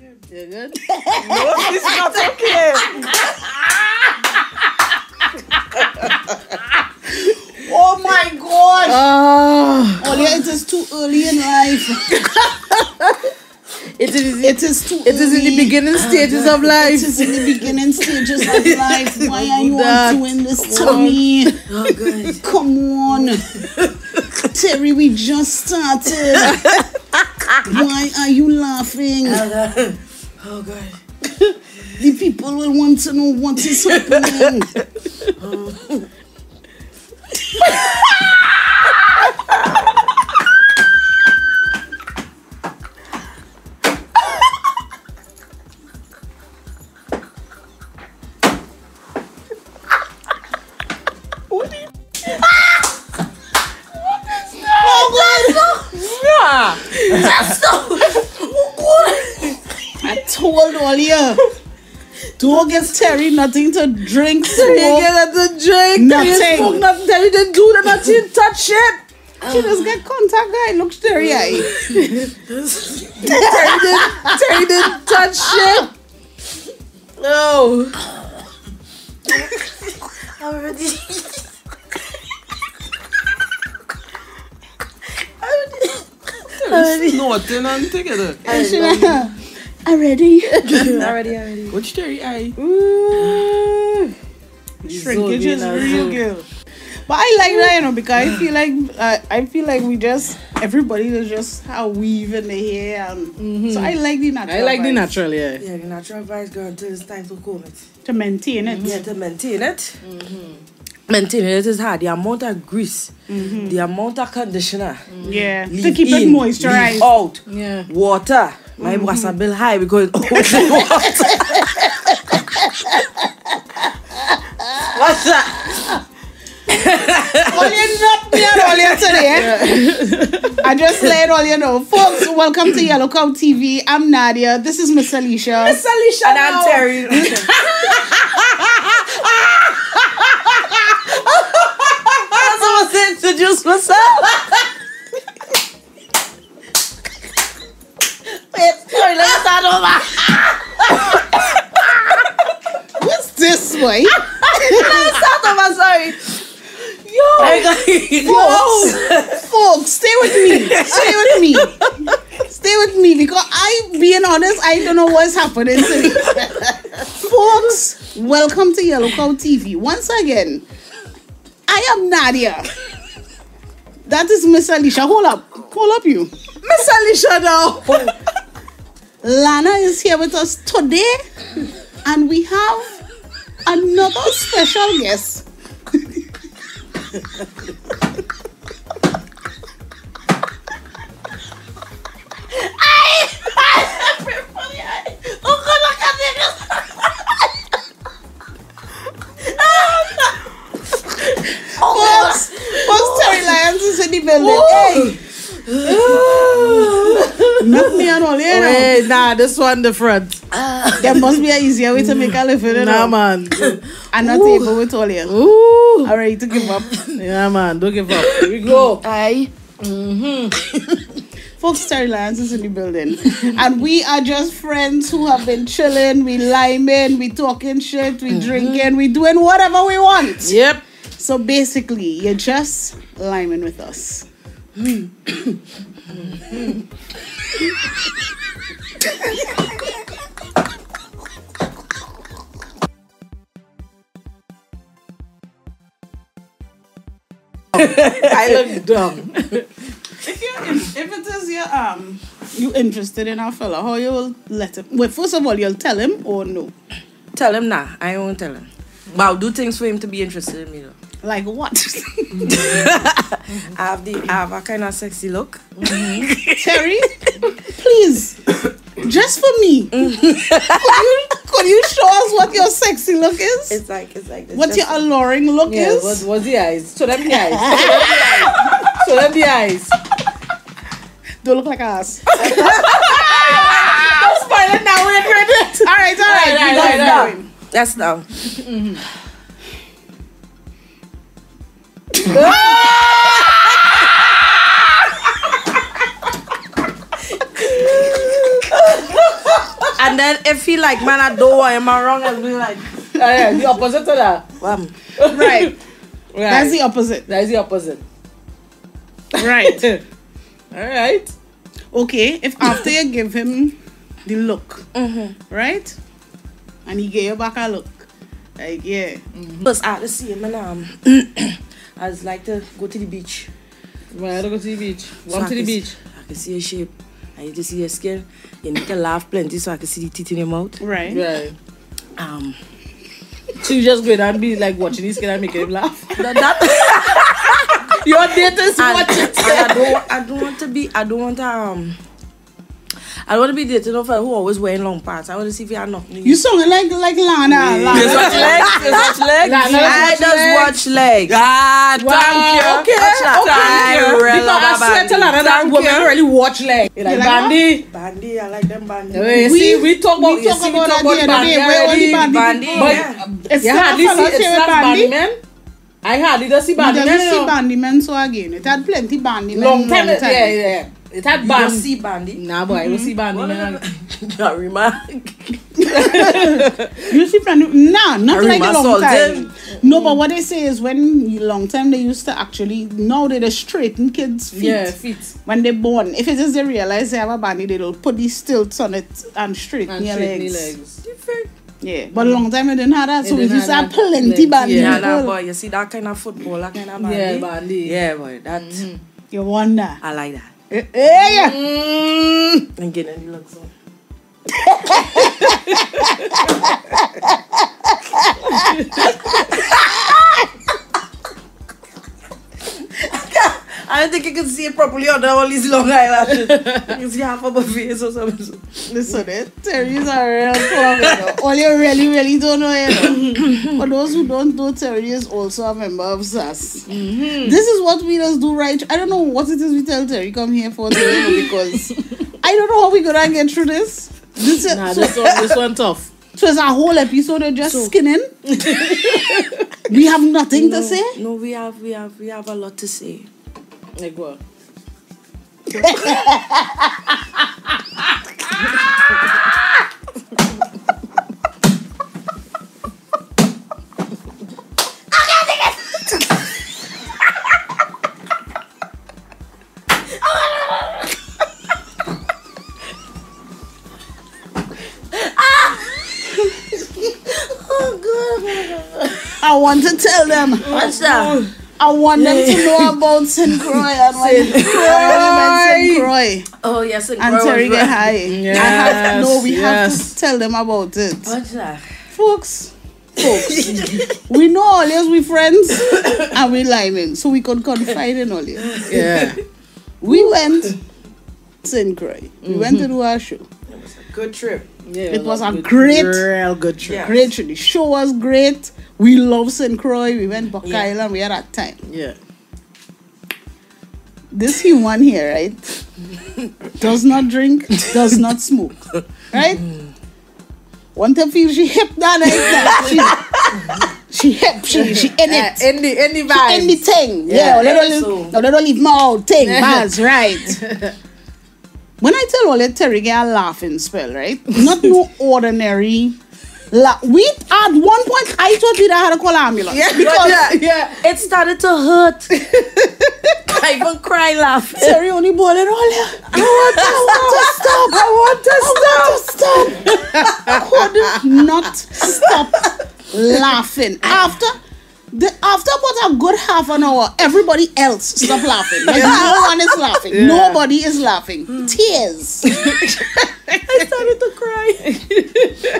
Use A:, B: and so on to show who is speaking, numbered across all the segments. A: You good?
B: No, it's not okay.
C: Oh my gosh!
A: Oh,
C: Olya, it is too early in life.
A: it is.
C: It is too
A: It is in the
C: early.
A: beginning
D: Ah,
A: stages of life.
C: It is in the beginning stages of life. Why are you all
A: That-
C: doing this to me?
D: Oh, good.
C: Come on. Terry, we just started. Why are you laughing?
D: Oh, good.
C: The people will want to know what is happening.
B: Yeah.
C: I told Olya. Don't give Terry nothing to drink.
A: You
C: smoke.
A: get at the drink. You
C: Nothing.
A: smoke nothing. You didn't do nothing. Touch shit.
C: She just get contact guy. Look, Terry, I.
A: Terry didn't. Terry didn't touch shit. No.
D: I'm ready.
B: It's nothing on together.
C: I ready.
D: Already, already.
B: What's Terry? I.
C: Shrinkage is real, girl. But I like that, you know, because I feel like uh, I feel like we just everybody is just how weave in the hair, and so I like the natural.
A: I like the
C: vibe
A: natural, yeah.
D: Yeah, the natural vibes girl until it's time to comb it.
C: to maintain it.
D: Yeah, to maintain it.
A: Mm-hmm.
D: Maintaining it is hard. The amount of grease,
A: Mm-hmm.
D: the amount of conditioner,
C: Yeah, to
D: leave
C: keep it
D: in, leave
C: moisturized. Mm-hmm.
D: out,
A: Yeah.
D: water. My water bill high because oh, water. What's that?
C: all you not there, all you today. I just let all you know, folks. Welcome to Yellow Cow TV. I'm Nadia. This is Miss Alicia.
A: Alicia
D: And I'm Terry. I was supposed to introduce myself.
C: Sorry, let's start over. What's this way?
D: I'm sorry. Yo.
C: Folks, folks, stay with me. Stay with me. Stay with me because I, being honest, I don't know what's happening today. folks, welcome to Yellow Cow TV. Once again, I am Nadia. That is Miss Alicia. Hold up. Hold up, you.
A: Miss Alicia now.
C: Lana is here with us today, and we have another special guest. Folks, folks, Terry Lyons is in the building. Hey, not me at all, you know.
A: Hey, nah, this one different.
C: There must be an easier way to make a living. You
A: Nah,
C: know?
A: man.
C: I'm not able with all you.
A: Ooh.
C: I'm ready to give up.
A: Yeah, man. Don't give up. Here we go.
D: I.
C: Folks, Terry Lyons is in the building. and we are just friends who have been chilling, we liming, we talking shit, we drinking, we doing whatever we want.
A: Mm-hmm. Yep.
C: So basically, you're just liming with us.
A: I look dumb.
C: If, you're in, if it is your um, you interested in our fella, how you'll let him? Well, first of all, you'll tell him or no.
D: Tell him nah. I won't tell him. But I'll do things for him to be interested in me though.
C: Like what?
D: I have the I have a kind of sexy look.
C: Mm-hmm. Terry, please, just for me, could, you, could you show us what your sexy look is?
D: It's like it's like this.
C: what your
D: just-
C: alluring look
A: Yeah,
C: is?
A: what, what's the eyes? So them the eyes. So them the eyes.
C: Don't look like ass.
A: I'm spoiling now. We're credit.
C: all right, all right,
A: right,
C: we going,
A: right,
C: we
A: right. Mm-hmm.
C: going.
D: That's now. then if he like, man, I don't want him wrong, I'll be like,
A: yeah, the opposite of that.
D: wham.
A: Right. right.
C: That's the opposite.
A: That is the opposite.
C: Right.
A: All right.
C: Okay, if after you give him the look,
A: Mm-hmm.
C: right? And he gave you back a look. Like, yeah.
A: Mm-hmm.
D: Because I let's see him and um, I just like to go to the beach.
A: Well, I don't go to the beach.
D: So
A: Walk
D: I
A: to the
D: can see-
A: beach.
D: I can see your shape. I need to see your skin. You need to laugh plenty so I can see the teeth in your mouth.
C: Right.
A: Right.
D: Um,
A: So you just go in and be like watching this kid and making him laugh.
D: that, that
A: Your date is
D: and,
A: watching.
D: and I don't, I don't want to be, I don't want to um, I don't want to be dating a fella who always wearing long pants. I want to see if you are not.
C: You sound like like Lana.
B: Just
C: Lana.
B: watch legs. Just watch legs.
A: Nah, nah.
D: I
A: watch legs.
D: just watch legs.
B: Ah,
A: Wow,
B: thank you.
A: okay,
D: Watch that.
A: okay.
D: Tyrella
A: Because I swear to
D: Babandi.
A: Lana, that
B: Thank
A: woman
B: you.
A: really watch like, like,
C: You like
A: Bandy.
D: Bandy, I like them bandy.
A: We,
C: We-
A: see, we talk about,
C: we talk
A: see,
C: about that the other day, where only
A: already.
D: Bandy,
C: Bandy
A: But
D: yeah.
C: It's
A: you
C: not
A: hardly
C: a
A: see,
C: fellow
A: it's
C: share
A: not
C: Bandy.
A: Bandy men. I hardly don't see
C: You
A: Bandy men.
C: don't see
A: now.
C: bandy men so again. It had plenty bandy men.
A: Long time, yeah, yeah. yeah. It had
D: You don't
A: Bandy.
D: see bandy.
A: Nah, boy, I don't see Bandy
D: Well,
A: men.
D: yeah, remark.
C: You see plenty. Nah,
D: I
C: not like a
D: remember
C: long
D: Salt
C: time.
D: Lake.
C: No, but what they say is when you long time they used to actually now they just straighten kids' feet.
A: Yeah, feet.
C: When they're born, if it is they realize they have a bandy, they'll put these stilts on it and straighten
A: And
C: your
A: straight knee
C: legs.
A: legs.
C: Yeah, but long time I didn't have that, so we
A: They didn't
C: used to
A: have
C: have
A: that.
C: plenty
A: Like,
C: bandy.
D: Yeah, nah,
C: people.
D: boy, you see that kind of football, that kind of Mm-hmm. bandy.
A: Yeah,
D: Yeah,
A: Bandy.
D: boy, that
C: You wonder.
D: I like that.
C: Eh, eh, yeah.
A: Mm.
D: And get any looks on. I don't think you can see it properly under all these long eyelashes. you can see half of my face or something.
C: Listen, eh, theories are real club, you know. All you really, really don't know, you know. For those who don't know, Terry is also a member of SAS. This is what we just do right. I don't know what it is we tell Terry come here for today because I don't know how we're gonna get through this. This is,
A: Nah,
C: so,
A: this one, this one tough.
C: so it's a whole episode of just skinning. we have nothing to say.
D: No, we have, we have, we have a lot to say.
A: Like what?
C: I want to tell them.
D: What's that?
C: I want them to know about St. Croix and why St. Croix. St. Croix
D: Oh yes, and
C: and
D: girl
C: Terry
D: was
C: get
D: right.
C: high. I have
A: Yes,
C: to know, we have
A: yes.
C: to tell them about it.
D: What's that?
C: Folks, folks, we know all this, we friends, and we liming, so we can confide in all this.
A: Yeah.
C: We went St. Croix. We went to do our show.
D: Good trip.
A: yeah
C: It was a
A: good-
C: great-
A: real good trip.
D: Yeah.
C: Great, the show was great. We love St. Croix. We went Buck
D: Yeah.
C: Island. We had a time.
A: Yeah.
C: this human here, right? does not drink, does not smoke, right? Want to feel she hip that night now. She, she hip, she, she in
A: Yeah,
C: it.
A: in the in the
C: She in the
A: vibes.
C: thing.
A: Yeah,
C: Yeah, they don't
D: so-
C: leave- no, they don't leave my old thing. That's right. When I tell all that Terry get a laughing spell, right? Not no ordinary la- we at one point I thought we had to call ambulance.
A: Yeah,
C: because
A: yeah, yeah.
D: It started to hurt. I even cry laughing.
C: Terry only ball it all. yeah. I want, I want to stop. I want to stop. I could not stop laughing. After the after about a good half an hour, everybody else stop laughing. Like no one is laughing. Nobody is laughing. Tears.
D: I started to cry.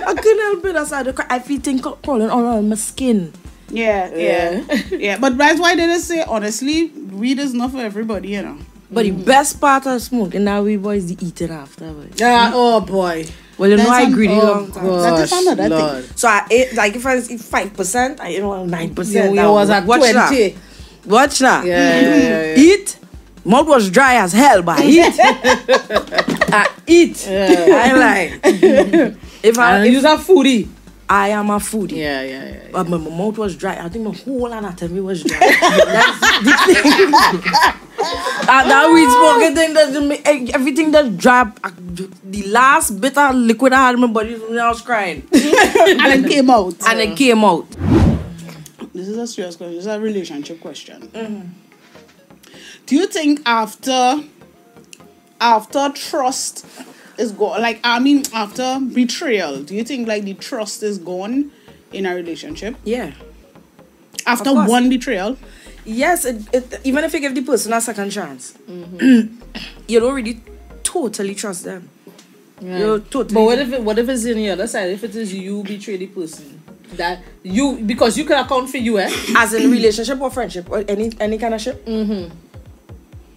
D: I couldn't help it. I started to cry. I feel things crawling all around my skin.
C: Yeah, yeah, yeah. But that's why they just say honestly, weed is not for everybody, you know.
D: But
A: Mm.
D: the best part of smoking now we boys the eating afterwards.
A: Yeah, oh boy.
D: Well, you know I
C: That's an-
D: greedy
C: oh,
D: long time.
C: God. That is
A: Gosh,
C: another thing.
A: Lord.
D: So I ate like if I eat five percent, I ate around nine percent.
A: You- you was at
D: Watch
A: 20.
D: that. Watch that.
A: Yeah, yeah, yeah, yeah.
D: Eat. Mouth was dry as hell, but I eat. I eat. I like. If I
A: And
D: if
A: you's a foodie.
D: I am a foodie.
A: Yeah, yeah, yeah.
D: But my, my mouth was dry. I think my whole anatomy was dry. That's the thing. that, that weed smoking thing doesn't make eh, everything that drop. I- The last bit of liquid I had in my body, when I was crying,
C: and it came out.
D: and it came out.
C: This is a serious question. This is a relationship question.
D: Mm-hmm.
C: Do you think after after trust is gone, like I mean after betrayal, do you think like the trust is gone in a relationship
D: Yeah.
C: after
D: Of course.
C: one betrayal?
D: Yes, it, it, even if you give the person a second chance, you don't really totally trust them. You totally.
A: But what if it, what if it's in the other side? If it is you betray the person that you because you can account for you, eh?
D: as in relationship or friendship or any any kind of ship. Mm-hmm.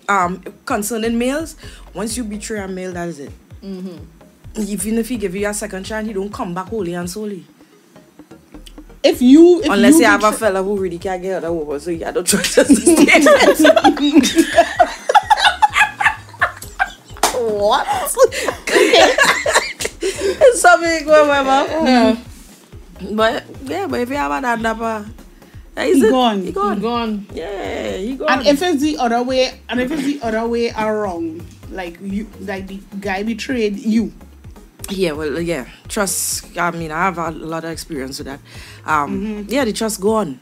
D: Um, concerning males, once you betray a male, that is it. Mm-hmm. Even if he give you a second chance, he don't come back wholly and solely.
C: If you if
D: Unless
C: you
D: you have a
C: betray-
D: fella who really can't get other woman, so yeah, I don't trust this. what? it's something going on, Mm. But yeah, but if you have a dandapa,
C: He gone.
D: He gone.
A: Gone.
D: Yeah, he gone.
C: and if it's the other way and if it's the other way around, like you like the guy betrayed you.
D: yeah, well, uh, yeah, trust. I mean, I have a lot of experience with that. Um, yeah, the trust gone.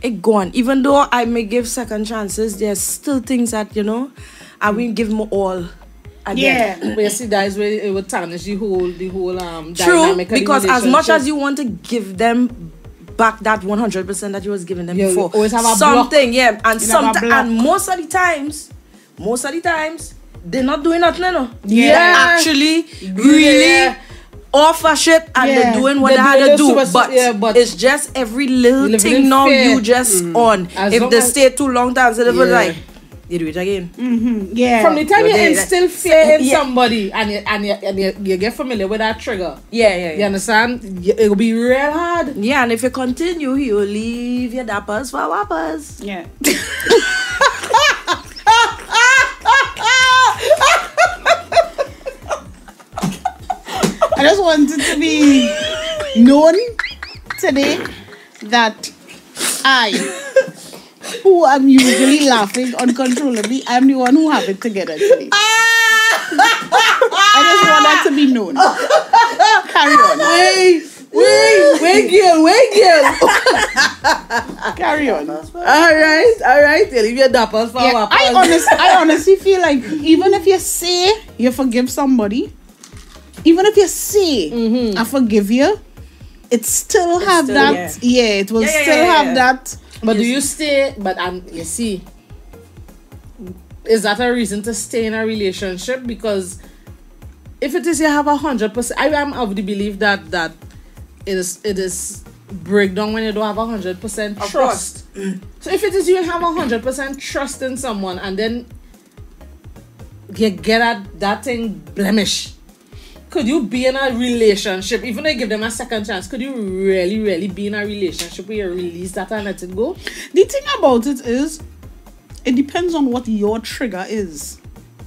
D: It gone. Even though I may give second chances, there's still things that you know, I will give more all. Again.
C: Yeah.
A: Where see that is where it would tarnish the whole the whole um
D: True,
A: dynamic of the
D: because as much
A: relationship.
D: as you want to give them back that 100% that you was giving them
A: You
D: before,
A: always have a
D: something, yeah, and
C: You have a
D: sometimes,
C: block.
D: and most of the times, most of the times, they're not doing nothing, you know.
C: Yeah.
D: They actually really
A: Yeah.
D: offer shit and
C: Yeah.
D: they're doing what
A: They
D: they,
A: do
D: had to
A: those
D: do,
A: super-
D: but,
A: yeah, but-
D: it's just every little
A: Living
D: thing
A: in
D: now
A: fear. Mm.
D: you just on.
A: As
D: if
A: long
D: they
A: as-
D: stay too long, times they
A: Yeah.
D: like, they do it again. Mm-hmm.
C: Yeah.
A: from the time
D: You're
A: you
D: there,
A: instill fear in
D: Yeah.
A: somebody and you, and, you, and you, you get familiar with that trigger,
D: Yeah, yeah,
A: you understand? You- It'll be real hard.
D: Yeah, and if you continue, you'll leave your dappers for whoppers.
C: yeah. I just wanted to be known today that I, who am usually laughing uncontrollably, I'm the one who have it together today. I just want that to be known. Carry on.
A: Wait, wait, wait, girl, wait, girl.
C: Carry on.
A: all right, all right. You leave your dappers for
C: Yeah,
A: our
C: I honestly, I honestly feel like even if you say you forgive somebody, even if you say I forgive you, it still have
D: Mm-hmm. still-
C: that. Yeah. it will
D: Yeah, yeah,
C: still
D: yeah,
C: have
D: yeah.
C: that.
A: But do you stay? But um, you see, is that a reason to stay in a relationship? Because if it is, you have a hundred percent. I am of the belief that that it is it is breakdown when you don't have a hundred percent
D: Of
A: trust. So if it is you have a hundred percent trust in someone and then you get that that thing blemish. Could you be in a relationship, even though you give them a second chance? Could you really, really be in a relationship where you release that and let it go?
C: The thing about it is, it depends on what your trigger is.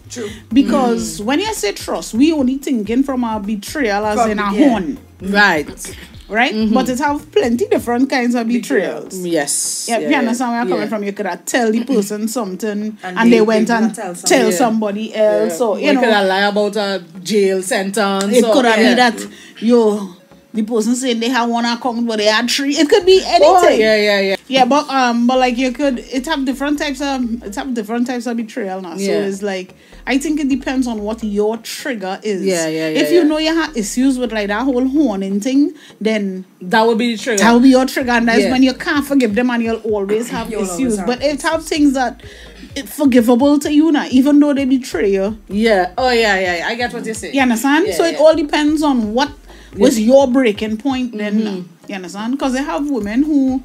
D: True. Mm.
C: Because when you say trust, we only thinking from our betrayal as
D: From
C: in a
D: the- yeah. Mm-hmm.
C: horn,
A: Right.
C: right? But it have plenty different kinds of betrayals.
A: Yes.
C: Yeah, you understand where I'm coming
A: yeah.
C: from. You could have tell the person something and,
D: they-
C: they, went
D: they
C: and
D: tell
C: tell,
D: some-
A: Yeah.
C: somebody else. So, you
A: we
C: know,
A: could have lie about a jail sentence.
C: it
A: or-
C: could have
A: yeah.
C: been that yo, the person saying they had one account but they had three. It could be anything.
A: Oh, yeah, yeah, yeah.
C: Yeah, but um, but like you could, it have different types of it have different types of betrayal now.
A: Yeah.
C: So it's like I think it depends on what your trigger is.
A: Yeah, yeah, yeah,
C: If you
A: yeah.
C: know you have issues with like that whole horning thing, then
A: That would be the trigger.
C: that will be your trigger, and that's
A: Yeah.
C: when you can't forgive them, and you'll always have
D: You'll always
C: issues.
D: have
C: but it have things that it forgivable to you now, even though they betray you.
A: yeah. Oh, yeah, yeah, yeah. I get what you're saying.
C: You understand?
A: Yeah,
C: so it
A: yeah.
C: all depends on what was your breaking point then.
A: Mm-hmm.
C: You understand? Because they have women who,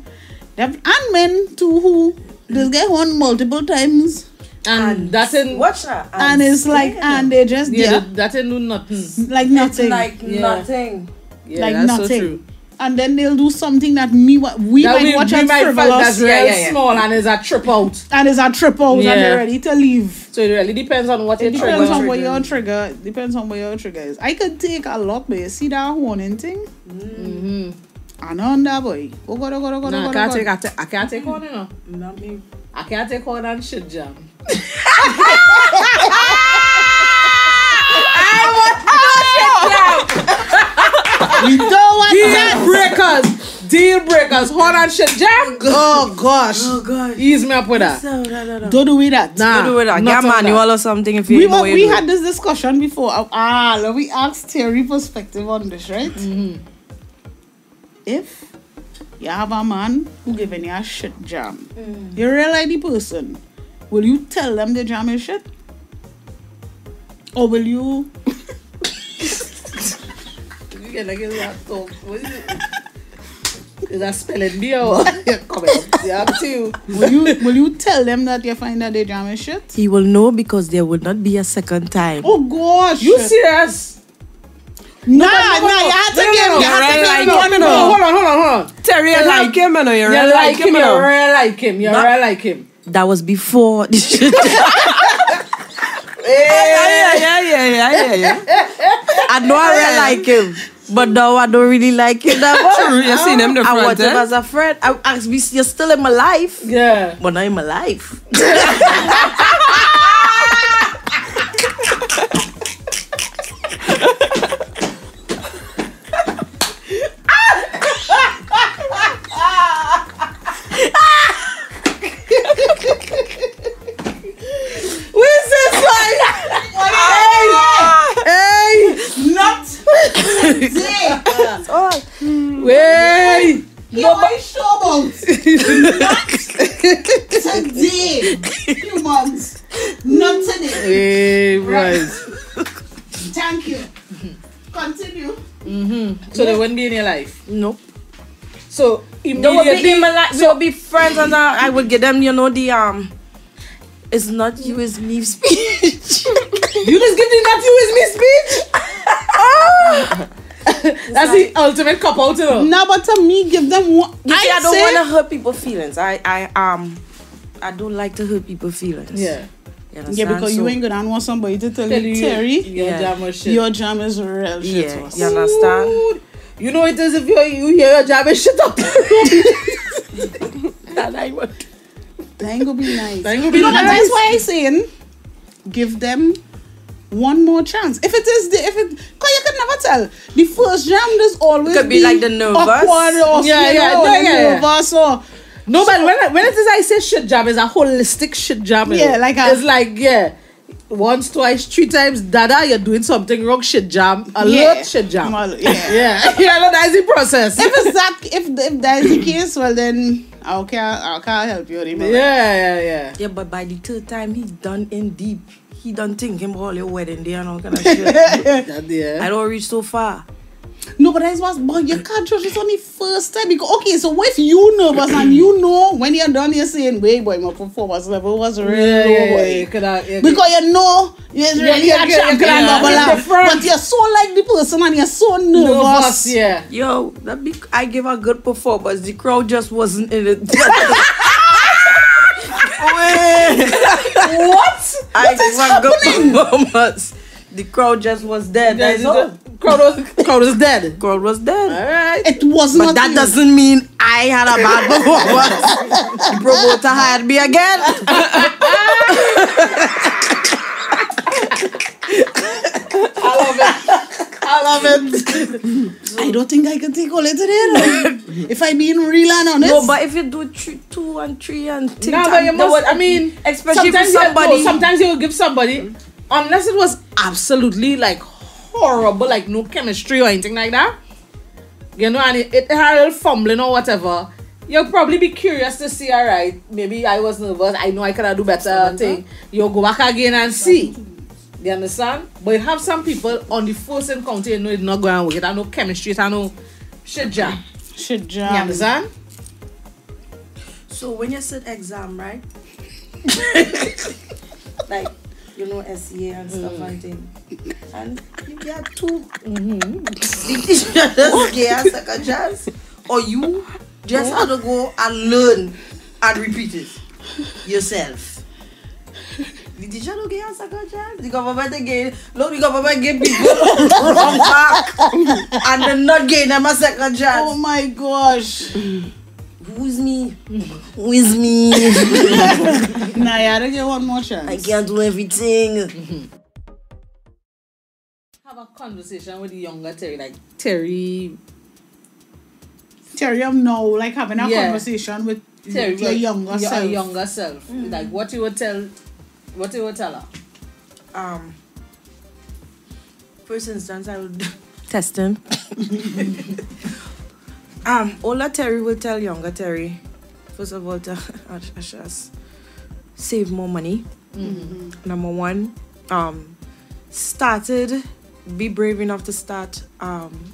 C: they have, and men too, who this guy won multiple times,
A: And, that in
D: Watch that.
C: and it's like, and they just
A: Yeah,
C: yeah,
A: that- that in do nothing.
C: like nothing,
D: like
A: Yeah.
D: nothing.
A: Yeah,
C: like
A: that's so
C: nothing.
A: true.
C: and then they'll do something that me wa- we
A: That
C: might
A: we,
C: watch
A: we
C: as
A: might find that's
C: frivolous,
A: real
D: Yeah, yeah, yeah.
A: small and is a trip out.
C: and it's a trip out, and
A: Yeah.
C: they're ready to leave.
A: So it really depends on what your
C: It
A: trigger
C: depends on
A: is.
C: what your trigger depends on what your trigger is. I could take a lot, but you see that warning thing? Mm-hmm. I know on that boy. Oh god, oh god, oh god,
A: Nah,
C: oh
A: I
C: god,
A: can't
C: oh
A: take, I,
C: god.
A: ta- I can't take on, you know.
D: Not me.
A: I can't take on and shit jam.
C: We Ah, don't want
A: Deal
C: that.
A: breakers. Deal breakers. Hold on, shit, Jam.
C: Oh gosh.
D: Oh God.
A: Ease me up with that.
D: No, no, no, no.
C: Don't do we that.
A: Nah.
D: Don't do it. I
A: not
D: get a
A: on
D: manual
A: that.
D: or something if you
C: We,
D: know
C: were,
D: you
C: we
D: do
C: had
D: it.
C: this discussion before. Uh, Ah, let we asked Terry perspective on this, right?
A: Mm-hmm.
C: If you have a man who giving you a shit jam,
A: Mm.
C: you really the person, will you tell them the jam is shit? Or will you
A: Yeah, like, is that so- what is it? Is that spelling me or coming up? Yeah, up to you.
C: will you will you tell them that you find that the jam is shit?
D: He will know because there will not be a second time.
C: Oh gosh.
A: You serious?
C: Nah, nah,
A: no, no.
C: you had to
A: No, no,
C: give
A: no.
C: you
D: You're
C: had to give
D: right,
C: me
D: like,
C: one and
A: No,
C: all.
A: hold on, hold on, hold on.
B: Terry, you like him, you know. You
A: You
B: really
A: like him, you
B: you know.
A: really like him, you
D: Nah.
A: really like him.
D: That was before. yeah, yeah, yeah, yeah, yeah, yeah, yeah. Eh. I know I really like him, but now I don't really like him that
B: True,
D: much.
B: you seen him
D: I
B: different,
D: want him
B: eh?
D: as a friend. I, I, you're still in my life,
A: Yeah.
D: but not in my life. Oh,
A: Wait.
C: You ain't sure about today. Humans. Not today.
A: Hey, right.
C: Thank you. Continue.
A: So they wouldn't be in your life.
D: nope.
A: So
D: They would be
A: immediately,
D: in my life. So be friends, and uh, I would get them. You know the um. It's not you, it's me speech.
A: you just give them that you is me speech.
C: Ah!
A: That's the ultimate cop out, you know.
C: Now, but to me, give them one.
D: You see, I,
C: I'd
D: don't
C: say-
D: want to hurt people's feelings. I, I, um, I don't like to hurt people's feelings.
A: Yeah.
D: You understand?
C: Yeah, because
D: So,
C: you ain't gonna want somebody to tell
A: Tell
C: you,
A: you,
C: Terry,
A: your
D: Yeah.
A: jam or shit.
C: your jam is real shit.
D: Yeah,
C: was.
D: you understand?
A: Dude, You know it is if you you hear your jam is shit up.
D: That I would.
C: That ain't gonna be nice.
A: That ain't gonna be
C: you know, but
A: nice.
C: that's why I'm saying, give them one more chance. If it is the, if it, cause you can never tell. The first jam there's always
D: Could be like the nervous.
C: awkward or
A: Yeah,
C: you
A: yeah,
C: know,
A: no,
C: the
A: yeah, yeah.
C: nervous or
A: No, but when I, when it is I say shit jam, it's a holistic shit jam. you
C: Yeah,
A: know.
C: like a-
A: it's like yeah, once, twice, three times. Dada, you're doing something wrong. Shit jam. Alert.
C: Yeah.
A: Shit jam.
C: Mal- yeah.
A: yeah, yeah. No, that's the process.
C: if it's that if if that is the case, well then I can't I can't help you anymore.
A: yeah, yeah, yeah.
D: Yeah, but by the third time, he's done in deep. He done thinking about your wedding day and all kind of shit.
A: That, yeah.
D: I don't reach so far.
C: No, but that's what's but you can't judge it on the first time because okay, so what if you nervous and you know when you're done you're saying, wait boy, my performance level was
A: Yeah,
C: really
A: yeah,
C: low
A: yeah, yeah,
C: boy.
A: you could have- yeah,
C: Because you know you're really
A: yeah,
C: a
A: yeah,
C: champion
A: yeah,
C: blah, blah,
A: yeah.
C: blah.
A: In the front.
C: But you're so like the person and you're so
A: you
C: nervous.
A: could- yeah.
D: Yo, that big, I gave a good performance. The crowd just wasn't in it.
A: what?
D: I gave a good performance. The crowd just was dead. That's all.
A: Crowd was, crowd was dead.
D: Crowd was dead.
A: All right.
C: It was
D: But
C: not
D: that
C: you.
D: doesn't mean I had a bad performance. the promoter hired me again.
A: I love it. I love it.
C: I don't think I can take all it today. if I'm being real and honest.
D: No, but if you do three, two and three and thing,
A: No, but you must. I mean,
D: especially for
A: sometimes you-
D: somebody.
A: no, sometimes you will give somebody, um, unless it was absolutely like horrible, like no chemistry or anything like that. You know, and it, it had a little fumbling or whatever. You'll probably be curious to see. All right, maybe I was nervous. I know I could have do better thing. You'll go back again and see. You understand? But you have some people on the first encounter, you know, it's not going to work. It had no chemistry. It had no shit jam.
C: shit
A: You
C: jam.
A: understand?
D: so when you said exam, right? like you know SEA and stuff and thing, and you get 2 Mm-hmm. The teacher just gave us like a chance, or you just had to go and learn and repeat it yourself. The teacher don't give us a second chance. The government again, look, the government gave people wrong back and then not gave them a second chance.
C: Oh my Oh gosh.
D: Who's me? Who's me?
C: Nah, yeah, I don't get one more chance.
D: I can't do everything.
A: Have a conversation with the younger Terry, like Terry.
C: Terry, I'm now like having a
A: Yeah.
C: conversation with
A: Terry,
C: your younger
A: your,
C: self.
A: younger self. Like what you would tell, what you would tell her.
D: Um. First instance, I would test him. um, older Terry will tell younger Terry. First of all, to ash- ash- us, save more money. Number one, um, started, be brave enough to start um,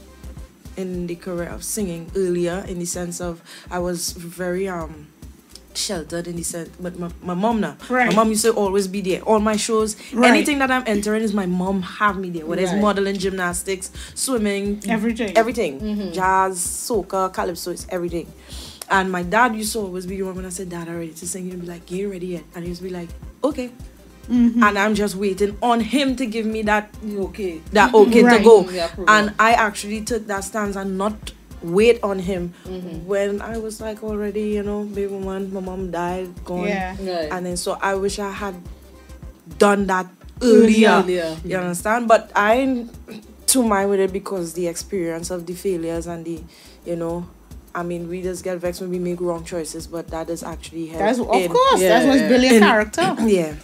D: in the career of singing earlier. In the sense of, I was very um sheltered in the sense, but my, my mom now,
C: Right.
D: my mom used to always be there. All my shows,
C: Right.
D: anything that I'm entering is my mom have me there. Whether
A: Right.
D: it's modeling, gymnastics, swimming,
C: Everything. Mm-hmm.
D: everything, jazz, soca, calypso, it's everything. And my dad used to always be the one when I said, "Dad, I ready to sing." He'd be like, "You ain't ready yet?" And he'd be like, "Okay."
C: Mm-hmm. Hmm.
D: And I'm just waiting on him to give me that
A: You okay?
D: that okay
C: Mm-hmm. Right.
D: to go.
A: Yeah, approval.
D: And I actually took that stance and not wait on him
C: Mm-hmm.
D: when I was like already, you know, baby woman, my mom died, gone.
C: Yeah.
A: Right.
D: And then so I wish I had done that earlier.
A: Earlier.
D: You understand? But I ain't too mind with it because the experience of the failures and the, you know, I mean, we just get vexed when we make wrong choices, but that is actually help
C: That's of
D: in-
C: course. that's what's
A: Yeah.
C: building
D: in-
C: character.
D: yeah.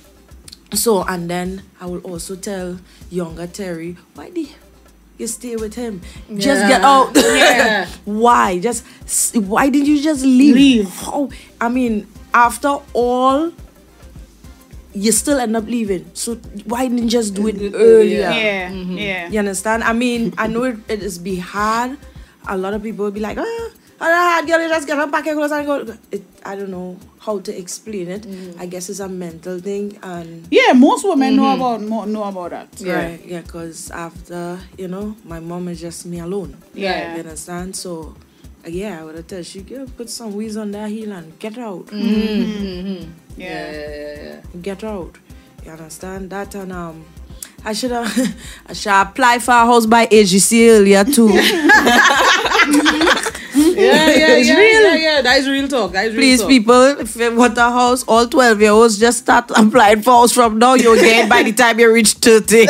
D: So and then I will also tell younger Terry, why the you stay with him? Just get
A: Yeah.
D: out.
A: Yeah.
D: why? Just s- why did you just leave?
C: Leave.
D: How- I mean, after all, you still end up leaving. So why didn't you just do
A: Do it
D: it
A: earlier.
D: earlier?
C: Yeah. Yeah.
A: Mm-hmm.
D: You understand? I mean, I know it, it is be hard. A lot of people will be like, ah, ah, girl, you just get up back and close and go. It, I don't know how to explain it. I guess it's a mental thing and.
C: Yeah, most women know
A: Mm-hmm.
C: about mo- know about that.
A: Yeah.
D: Right, yeah, because after, you know, my mom is just me alone.
C: Yeah.
D: You understand? So, uh, yeah, I would have told she, girl, put some wheels on that heel and get out. Mm.
A: Mm-hmm.
C: Yeah.
A: Yeah. Yeah. yeah,
D: Get out. You understand? That and, um, I should have, I should apply for a house by AGC earlier too.
A: yeah, yeah,
D: It's
A: yeah,
D: real.
A: yeah, yeah. That is real talk. That is real
D: Please,
A: talk.
D: people, if you want a house, all 12 year olds just start applying for house from now. You'll get it by the time you reach 30.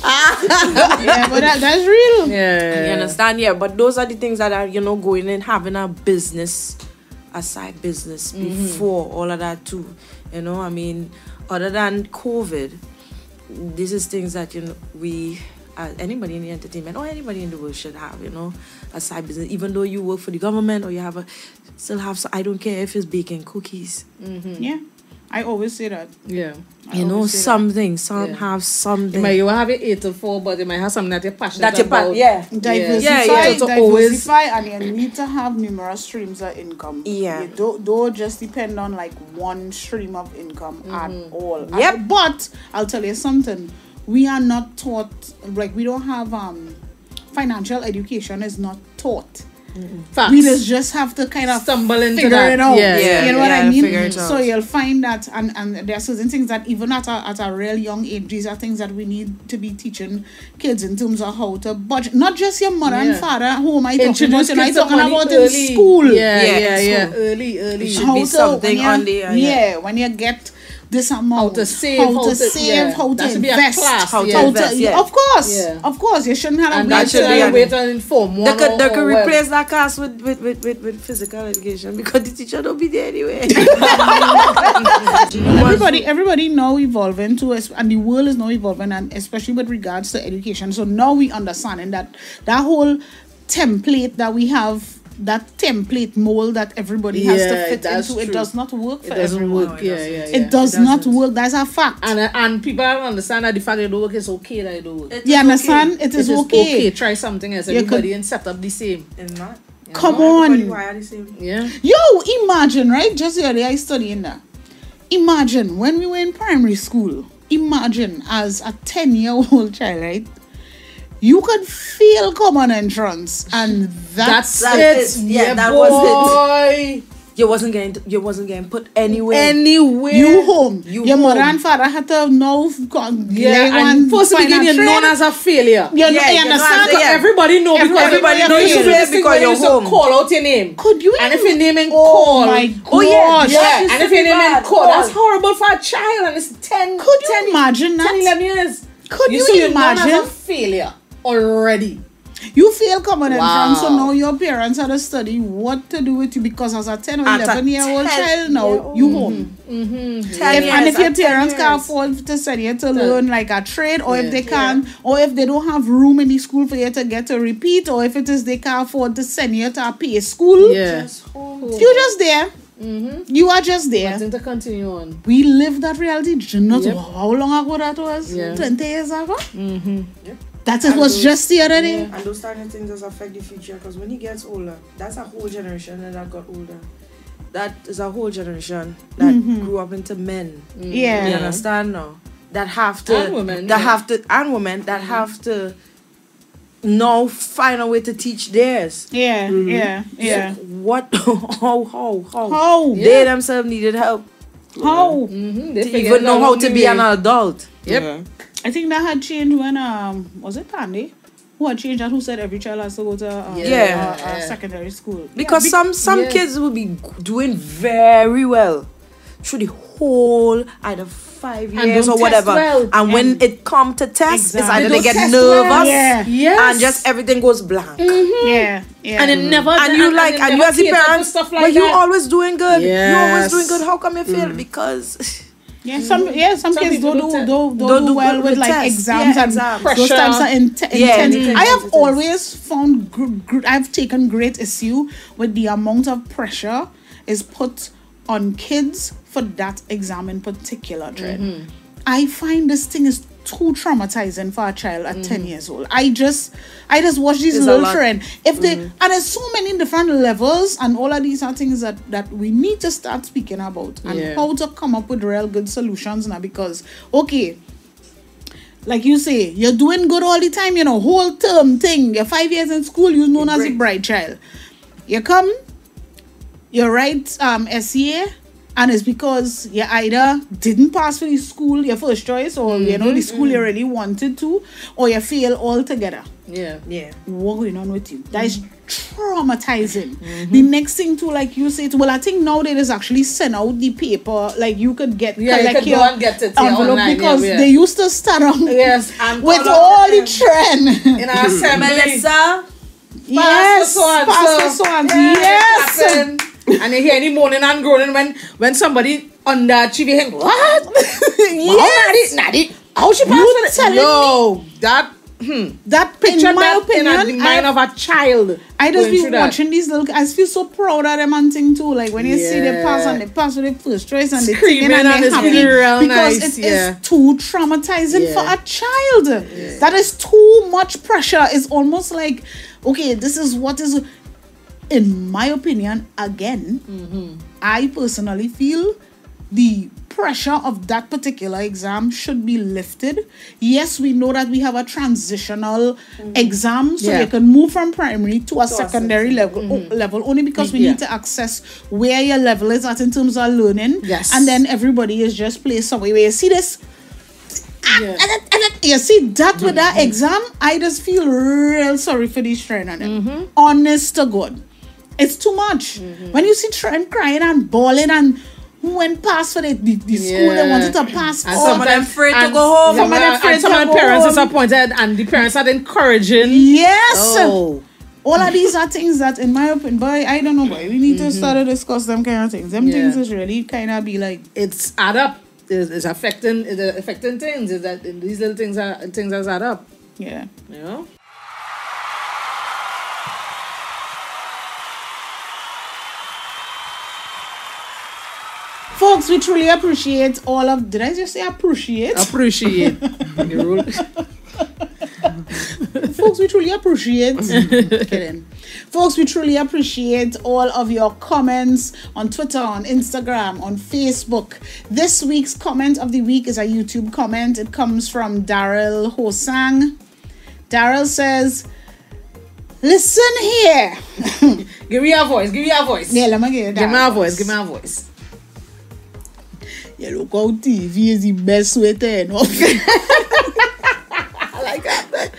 C: yeah, but that, that's real.
A: Yeah.
D: You understand? Yeah, but those are the things that are, you know, going in, having a business, a side business before all of that, too. You know, I mean, other than COVID, this is things that, you know, we, uh, anybody in the entertainment or anybody in the world should have, you know, a side business. Even though you work for the government or you have a, still have, so I don't care if it's baking cookies.
C: Yeah. I always say that.
A: Yeah.
C: I
D: You know,
C: always say that.
D: something, some
A: Yeah.
D: have
A: You
D: something.
A: might you have it eight to four, but you might have something that you're passionate
D: That's a
A: about.
D: part, yeah.
C: diversify,
D: Yeah, yeah.
A: So
C: diversify,
A: always-
C: and you need to have numerous streams of income.
D: Yeah.
C: you don't, don't just depend on like one stream of income at all.
D: Mm-hmm. Yep.
C: And- but I'll tell you something. We are not taught like we don't have um financial education is not taught.
A: Facts.
C: We just just have to kind of
A: stumble into
C: figure
A: that.
C: it out.
A: Yeah.
D: Yeah.
C: you know what I
D: yeah,
C: mean?
D: figure it
C: So
D: out.
C: you'll find that, and, and there are certain things that even at a, at a real young age, these are things that we need to be teaching kids in terms of how to budget. Not just your mother
A: Yeah.
C: and father at home. I talking about,
A: Introduce
C: you know, I
A: kids to
C: talking
A: money
C: about in
A: early.
C: school.
D: Yeah,
A: Yeah, yeah, yeah.
D: in school.
A: Early, early.
D: should be
C: to-
D: something
C: when you-
D: on the- uh, yeah.
C: yeah, when you get this amount,
A: How to save,
C: how, to, save,
A: yeah.
C: how to
A: That should be a
C: invest,
A: class,
C: how
D: yeah.
C: to
D: Invest, yeah.
C: Of course,
A: Yeah.
C: of course, you shouldn't have a
A: and
C: black
A: that should be
C: child
A: a
D: an-
C: with-
A: wait and inform.
D: They
A: one
D: could, they
A: or-
D: could
A: or whatever.
D: replace that class with, with, with, with, with physical education because the teacher don't be there anyway.
C: everybody everybody now evolving to us and the world is now evolving and especially with regards to education so now we understanding that that whole template that we have that template mold that everybody has to
A: Yeah,
C: fit
A: that's
C: into it
A: true.
C: does not work
A: It
C: for
A: doesn't
C: everyone
A: work. Yeah, yeah, yeah.
C: it does
D: It
C: not
D: doesn't.
C: work that's a fact
A: And uh, and people don't understand that the fact that you don't work is okay that you don't work.
C: you understand it
A: It
C: is,
A: is
C: okay,
A: Try something else.
C: You could-
A: Everybody and set up the same.
D: It's not. You
C: Come
D: know,
C: on.
D: everybody wired the same.
A: Yeah.
C: Yo, imagine, right? Just the other day I studying that. Imagine when we were in primary school, imagine as a 10 year old child, right? You could fail common entrance, and that's,
A: That's,
D: That's
A: it.
D: it. Yeah,
A: Yeah,
D: that
A: boy.
D: was You wasn't getting you wasn't getting put anywhere.
A: Anywhere.
C: You home.
D: You
C: your mother
D: home.
C: and father had to know. gone-
A: Yeah,
C: lay
A: and
C: one
A: first
C: find
A: beginning,
C: a
A: you're known
C: train.
A: as a failure.
C: You know-
D: Yeah,
C: you
D: you know,
C: understand?
D: as a-
A: Because
D: yeah.
A: everybody know because
D: Everybody
A: everybody,
D: know
A: know you.
D: you.
A: should be this thing
D: Because
A: where you
D: you're
A: used to
D: home.
A: call out your name.
C: Could you
A: And if
C: even-
A: your name ain't
C: Oh
A: called,
C: my
A: oh yeah,
C: gosh.
A: yeah.
D: That
A: And
D: used
A: if
D: to
A: your
D: be
A: name ain't
D: bad.
A: called, that's
D: Called.
A: horrible for a child. And it's 10,
C: Could you
A: 10,
C: imagine
A: 10,
C: that?
A: 11 years.
C: Could you
A: so you're known as
C: imagine?
A: a failure already.
C: You feel coming in front, so
A: Wow.
C: now your parents had to study what to do with you because as a 10 or
D: At a
C: 11 year old
D: 10
C: child now, you home.
D: Ten
C: If, and
D: years,
C: if your
D: at ten
C: parents can't
D: years.
C: afford to send you to learn like a trade, or if
A: Yeah.
C: they can't, or if they don't have room in the school for you to get a repeat, or if it is they can't afford to send you to a pay school, you just there. You are just there.
A: Nothing mm-hmm. to continue on.
C: we live that reality. Do you not
A: Yep.
C: how long ago that was?
A: Yeah.
C: 20 years ago?
D: Yep.
C: That it was just the other day.
D: And those kind of things does affect the future because when he gets older, that's a whole generation that have got older. That is a whole generation that
A: Mm-hmm.
D: grew up into men.
C: Yeah.
D: You understand now? That have to
A: Mm. And women,
D: that
A: yeah. Mm-hmm.
D: have to and women that have to now find a way to teach theirs.
C: Yeah, yeah, yeah.
D: So what how how how
C: How?
D: they themselves needed help
C: How?
A: Mm-hmm. They
D: to even know how to be an adult.
A: Yep.
B: Yeah.
C: I think that had changed when um was it Pandy? Who had changed that? Who said every child has to go to um,
D: Yeah.
C: uh, uh,
A: Yeah.
C: secondary school?
D: Because some some
A: yeah.
D: kids will be doing very well through the whole either five
A: And
D: years
A: don't
D: or
A: test
D: whatever.
A: well.
D: And, when it come to test, it's either
C: Exactly.
A: And
D: they
A: don't
D: get
A: test
D: nervous
A: well.
C: Yeah.
A: Yes. Mm-hmm.
D: and just everything goes blank.
C: Yeah, yeah.
A: And it never
D: And you like, and, you as a parent,
A: stuff
D: but
A: like
D: you
A: that.
D: always doing good. You always
A: Yes.
D: doing good. How come you fail? Because
C: yeah, some yeah some,
A: Some
C: kids
A: people
C: don't do don't,
A: don't te-
C: don't,
D: don't
C: do
D: do
C: well
D: good
C: with
D: with
C: like
D: tests.
C: exams
D: Yeah,
C: and
D: exams.
C: those
A: Pressure.
C: types are inte-
D: Yeah,
C: intense.
D: intense,
C: I have
D: intense.
C: always found gr- gr- I've taken great issue with the amount of pressure is put on kids for that exam in particular. Dread. I find this thing is too traumatizing for a child at 10 years old. I just I just watch these
D: There's a
C: little
D: lot.
C: children. If they and there's so many different levels and all of these are things that that we need to start speaking about and
A: Yeah.
C: how to come up with real good solutions now because okay like you say, you're doing good all the time, you know, whole term thing. You're five years in school, you're known as a
D: great.
C: bright child. You come, you write um SEA, and it's because you either didn't pass for the school, your first choice, or you know, the school you really wanted to, or you fail altogether.
A: Yeah.
D: yeah,
C: What going on with you? That is
A: Mm-hmm.
C: traumatizing. The next thing too, like you said, well, I think nowadays actually send out the paper, like you could get
A: Yeah, you
C: collect
A: could go
C: your
A: and get it, yeah,
C: envelope
A: online, yeah,
C: because
A: yeah.
C: they used to start on
A: Yes. And
C: with
A: colour
C: all the trend.
A: in our assembly.
D: Melissa.
C: yes, Pastor
A: Pastor
C: Swan.
A: Swansea.
C: Yes.
A: Captain. And you hear any moaning and groaning when when somebody underachieving. hang, what? yes. How Nadi? Nadi? How she
C: You
A: passed
C: telling
A: with it? Yo, that hmm,
C: That picture,
A: picture
C: in my
A: that
C: opinion,
A: in the mind
C: I,
A: of a child.
C: I just
A: going
C: be
A: through that.
C: watching these little. I feel so proud of them and thing too. Like when you see they pass
A: Yeah.
C: and they pass with their first choice and they
A: Screaming
C: singing and,
A: and
C: they're
A: it's
C: happy
A: really real
C: because it is
A: nice, yeah.
C: too traumatizing
A: Yeah.
C: for a child. That is too much pressure. It's almost like, okay, this is what is. In my opinion, again,
A: Mm-hmm.
C: I personally feel the pressure of that particular exam should be lifted. Yes, we know that we have a transitional exam, so
A: Mm. Yeah.
C: you can move from primary to a
D: a
C: secondary level, o- level only because we
A: Mm-hmm. Yeah.
C: need to access where your level is at in terms of learning.
A: Yes.
C: and then everybody is just placed somewhere where you see this. Ah,
A: Yeah. Mm-hmm.
C: And it- and it- You see that with that exam, I just feel real sorry for these children.
A: Mm-hmm.
C: mm Honest to God, it's too much. When you see children crying and bawling and who went past for the, the, the school they
A: Yeah.
C: wanted to pass
A: And
C: all
D: some of them
A: sometimes-
D: afraid to
A: and-
D: go home.
A: Some of
C: Some of
A: them
C: them
A: afraid some
C: afraid to
A: of the
C: go
A: parents
C: home.
A: disappointed and the parents are encouraging.
C: Yes.
A: Oh.
C: All of these are things that, in my opinion, boy, I don't know, boy, we need to start to discuss them kind of things. Them
A: Yeah.
C: things is really kind of be like,
A: It's add up. It's, it's affecting it's affecting things. Is that these little things are things that add up.
C: yeah.
A: You know?
C: Folks, we truly appreciate all of. Did I just say appreciate?
A: Appreciate. You roll-
C: folks, we truly appreciate. kidding. Folks, we truly appreciate all of your comments on Twitter, on Instagram, on Facebook. This week's comment of the week is a YouTube comment. It comes from Daryl Hosang. Daryl says, Listen here.
A: Give me your voice. Give me your voice.
C: Yeah, let me get
A: Give me your voice. Give me your voice.
C: Yeah, look how TV is the best way to end up. I like that.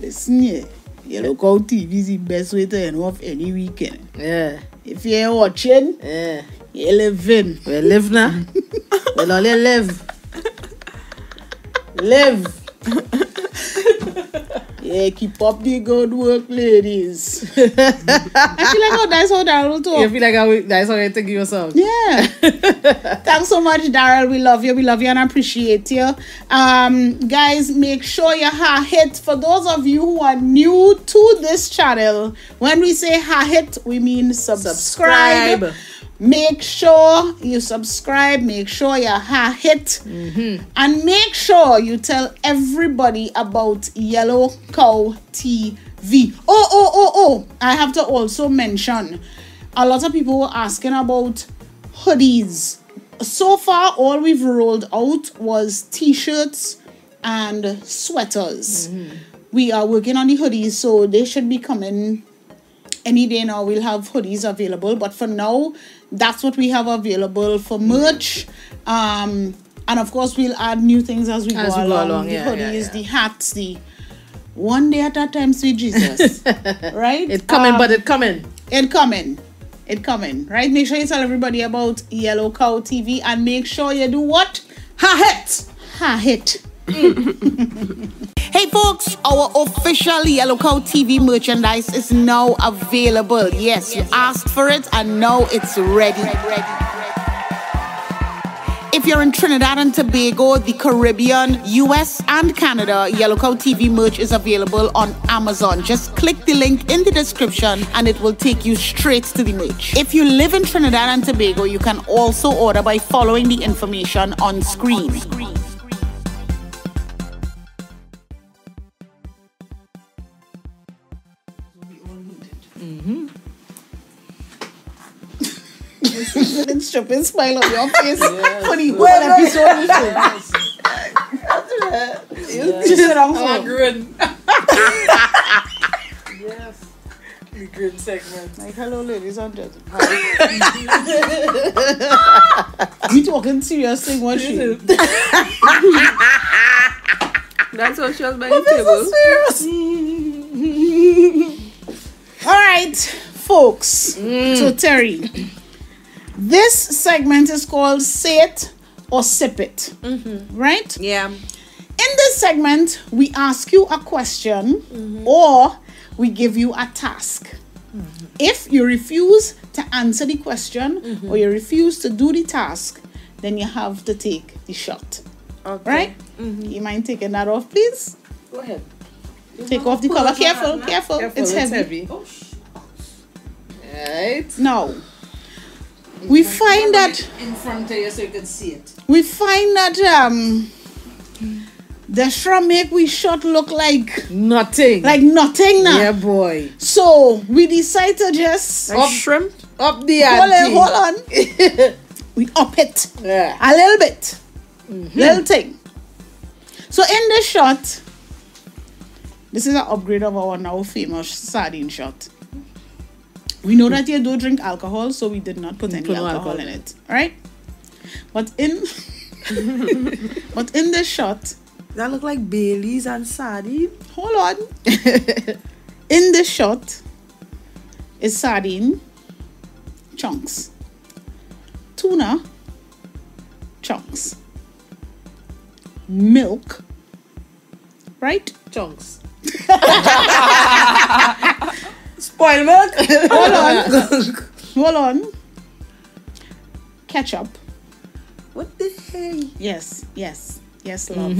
C: Listen here. Yeah, look how TV is the best way to end off any weekend.
A: Yeah.
C: If you ain't watching,
A: Yeah.
C: you're living.
A: We live now. We'll only live. Live.
C: Yeah, keep up the good work, ladies. I feel like how that's how Daryl
A: You
C: talk.
A: feel like I will, that's how you think of yourself.
C: Oh. Yeah. Thanks so much, Daryl. We love you. We love you and appreciate you. Um, guys, make sure you ha hit. For those of you who are new to this channel, when we say ha hit, we mean subscribe.
A: Subscribe.
C: Make sure you subscribe. Make sure you ha hit. And make sure you tell everybody about Yellow Cow TV. Oh, oh, oh, oh. I have to also mention a lot of people were asking about hoodies. So far, all we've rolled out was t shirts and sweaters. We are working on the hoodies, so they should be coming any day now we'll have hoodies available but for now that's what we have available for merch um and of course we'll add new things as we,
A: As
C: go,
A: we go
C: along.
A: along,
C: the
A: yeah,
C: hoodies
A: yeah, yeah.
C: the hats the one day at a time sweet jesus right
A: It coming,
C: Um,
A: but it coming.
C: it coming it coming right make sure you tell everybody about yellow cow tv and make sure you do what ha hit ha hit Hey folks, our official Yellow Cow TV merchandise is now available. Yes, you asked for it and now it's ready. If you're in Trinidad and Tobago, the Caribbean, US, and Canada, Yellow Cow TV merch is available on Amazon. Just click the link in the description and it will take you straight to the merch. If you live in Trinidad and Tobago, you can also order by following the information on screen. That stupid smile on your face for the whole episode. You said, "You wrong
A: I
C: for."
A: Oh. grin. yes. The grin segment.
C: Like, hello, ladies and gentlemen. we talking serious thing, what she?
B: That's what she was by the table.
C: All right, folks. So Terry, this segment is called "Say It or Sip It," right?
D: Yeah.
C: In this segment, we ask you a question or we give you a task. If you refuse to answer the question or you refuse to do the task, then you have to take the shot.
D: Okay.
C: Right? You mind taking that off, please?
A: Go ahead.
C: Take off the cover. Careful, careful,
A: Careful,
C: It's heavy.
A: Oh, sh- Right.
C: Now, we find that
A: in front of you so you can see it.
C: we find that um the sure make we shot look like
A: Nothing.
C: like nothing now.
A: yeah, boy.
C: So we decide to just
D: Like shrimp.
A: Up the
C: hold on,
A: ante.
C: hold on. we up it
A: Yeah.
C: a little bit, little thing. So in this shot, this is an upgrade of our now famous sardine shot. We know that you do drink alcohol, so we did not put any
A: put no
C: alcohol,
A: alcohol
C: in it, right? But in but in this shot,
D: That look like Bailey's and sardine.
C: hold on. in the shot is sardine chunks, tuna chunks, milk, right?
A: Chunks.
D: Spoil milk.
C: Hold on, hold on. Ketchup.
D: what the hell?
C: Yes, yes, yes, love.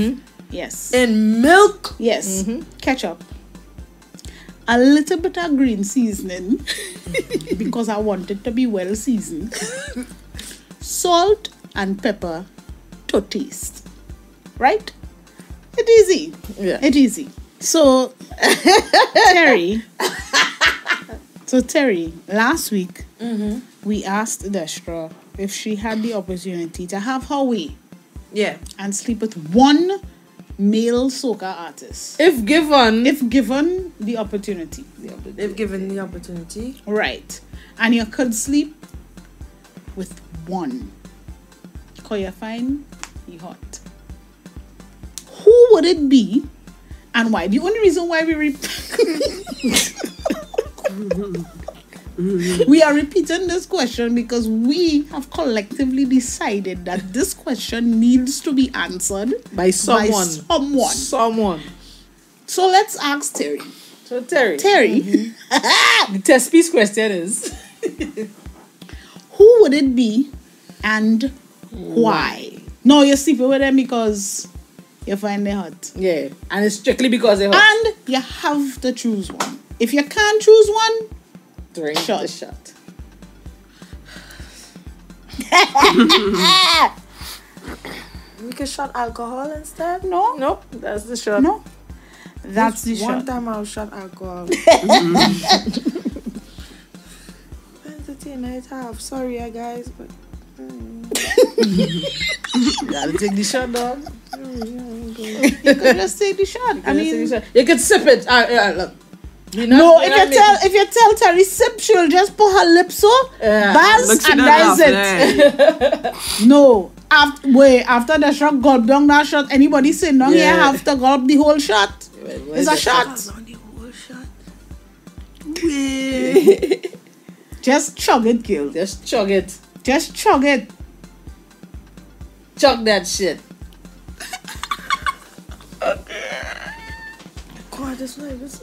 C: Yes,
D: In milk.
C: yes, ketchup. A little bit of green seasoning because I want it to be well seasoned. Salt and pepper to taste. Right? It easy.
A: Yeah.
C: It easy. So Terry. so Terry, last week we asked Deshra if she had the opportunity to have her way
D: Yeah.
C: and sleep with one male soca artists
A: If given,
C: if given the opportunity.
D: They've given the opportunity.
C: Right. And you could sleep with one. Cause you're fine, you hot. Who would it be and why? The only reason why we re- We are repeating this question because we have collectively decided that this question needs to be answered
A: by someone,
C: someone.
A: someone.
C: So let's ask Terry.
A: So Terry,
C: Terry, Mm-hmm.
A: the test piece question is
C: who would it be and why? No, you're sleeping with them because you find them hot.
A: yeah, and it's strictly because they have
C: And you have to choose one. If you can't choose one,
A: drink
C: Shot.
A: the shot.
D: We can shot alcohol instead.
C: no,
A: Nope, that's the shot.
C: no. That's the
D: One
C: shot.
D: time I'll shot alcohol. That's the thing I have. Sorry, uh, guys, but
A: Gotta take the shot, dog.
C: You could just take the shot. I
A: I
C: mean,
A: mean, you can sip it. Uh, uh, look. You know,
C: no.
A: we're
C: If
A: not
C: you
A: making-
C: tell if you tell Terry sip, she'll just put her lips so
A: Yeah.
C: buzz
B: Look, she
C: and
B: not
C: that's it.
B: laughing. eh?
C: No. After, wait, after the shot, gulp down that shot. Anybody say no here
A: Yeah.
C: have to gulp the whole shot? It's a shot.
D: on the whole shot.
C: Just chug it, girl.
A: Just chug it.
C: Just chug it.
A: Chug that shit.
D: God, this way. This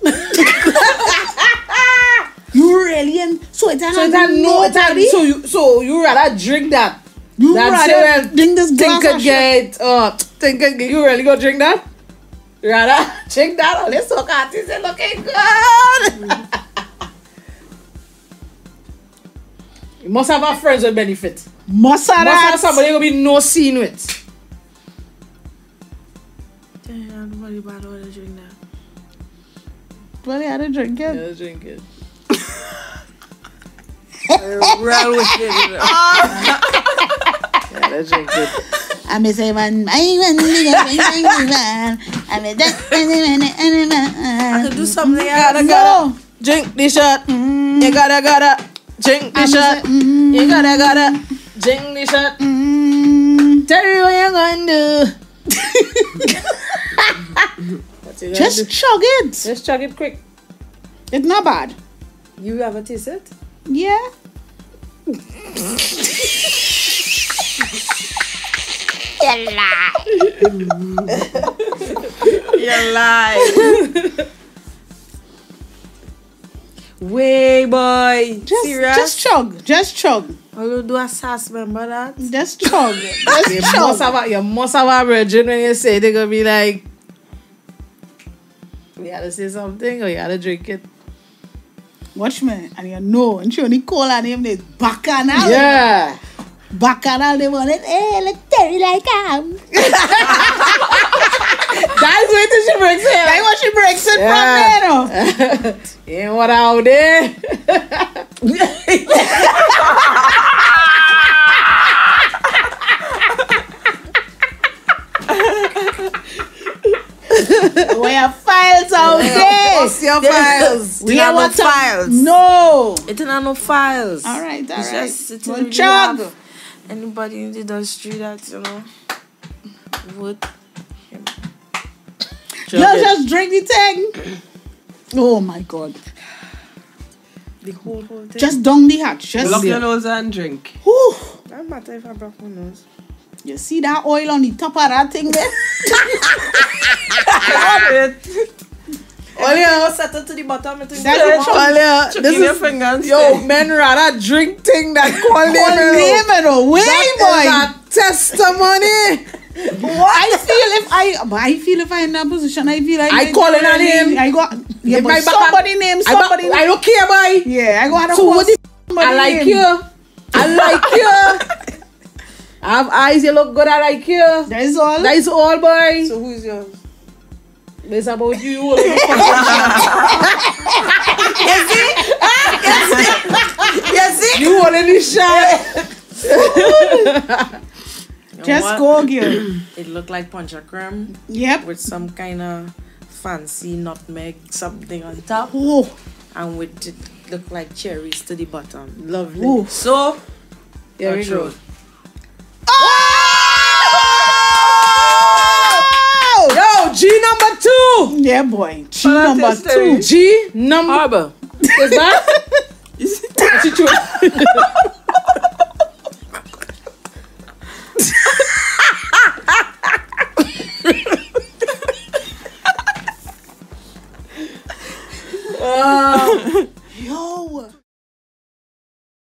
C: You really and so it
A: So that no, it had- so you so you rather drink that.
C: you
A: That's
C: rather
A: it.
C: drink this glass
A: Tinker
C: of shit.
A: get uh Tinker get you really gonna drink that? You rather drink that or this soca artist is looking good. you must have our friends with benefit. Must have
C: Maserati.
A: somebody gonna be no scene with.
D: Damn, nobody bad order drink that.
C: Well, yeah, they drink it.
A: Yeah, drink it.
B: Real wicked. you know.
A: Yeah, let's drink it.
C: I'm a say one, my one, the other one, my one. I'm a that, and then, and then,
D: I
C: and
D: could do something
A: Gotta,
D: else.
A: gotta drink this shot.
C: Mm-hmm.
A: You gotta, gotta drink this shot. You gotta, gotta drink this shot.
C: then.
A: Tell me what you're gonna do. What you gonna do?
C: Just chug it.
A: just chug it quick.
C: It's not bad.
D: You ever taste it?
C: Yeah.
B: You're lying.
D: Way boy.
C: Just,
D: Serious?
C: just chug. Just chug.
D: I'll do a sass, remember that?
C: Just chug.
A: You
C: Just
A: must
C: chug.
A: have a, you must have a virgin when you say they're gonna be like, we gotta say something or you gotta drink it.
C: Watch me, and you know, and she only call her name. They bacchanal.
A: Yeah.
C: Bacchanal. They want it. "Eh, Hey, look, Terry, like I'm.
A: That's where the shit breaks in.
C: Like what she breaks it
A: Yeah.
C: from there,
A: Ain't what out there.
C: though. We have Oh, files out there.
D: What's your files?
C: We
D: Did I
C: have
D: no
C: what time-
D: files.
C: No.
D: It ain't no files.
C: All right, all
D: It's
C: right.
D: just sitting
C: Well,
D: in
C: chug.
D: the Anybody in the industry that, you know, would.
A: Chug
C: Just,
A: it.
C: just drink the thing. Oh my God.
D: The whole, whole thing.
C: Just down the hatch.
B: Lock
C: Just.
B: your nose and drink.
C: Whew.
D: Doesn't matter if I broke my nose.
C: You see that oil on the top of that thing there?
A: All you-
D: I'll settle to the bottom. It
C: That's
D: will-
C: what-
A: all you-
B: Chuck
A: this
B: in your
A: is-
B: finger and
A: Yo,
B: stay.
A: men rather drink thing that call them.
C: Oil name and a oh, way, boy.
A: That is a testimony.
C: I feel if I, but I feel if I in that position, I feel like
A: I call in her name.
C: I got yeah,
A: If my
C: but
A: back-
C: somebody name
A: I, ba-
C: somebody.
A: I don't care, boy.
C: yeah, I got to
A: So
C: call
A: what the
C: somebody
A: I like
C: name.
A: you. I like you. I have eyes. You look good. I like you.
C: That is all.
A: That is all, boy.
D: So who's yours?
A: It's about you. you only fuck-
D: Yes, it.
A: you only the shot.
C: Just
D: what?
C: go, girl.
D: It looked like punchakrem
C: Yep.
D: with some kind of fancy nutmeg something on top,
C: Oh,
D: and with it looked like cherries to the bottom.
A: Lovely.
C: oh.
D: So
A: Here we
D: Control.
A: go.
C: Oh!
A: Yo, G number two.
C: Yeah, boy. G
B: Well,
C: number
B: that's the-
C: two.
A: G number.
D: harbor.
A: Is that? Situation.
C: Yo.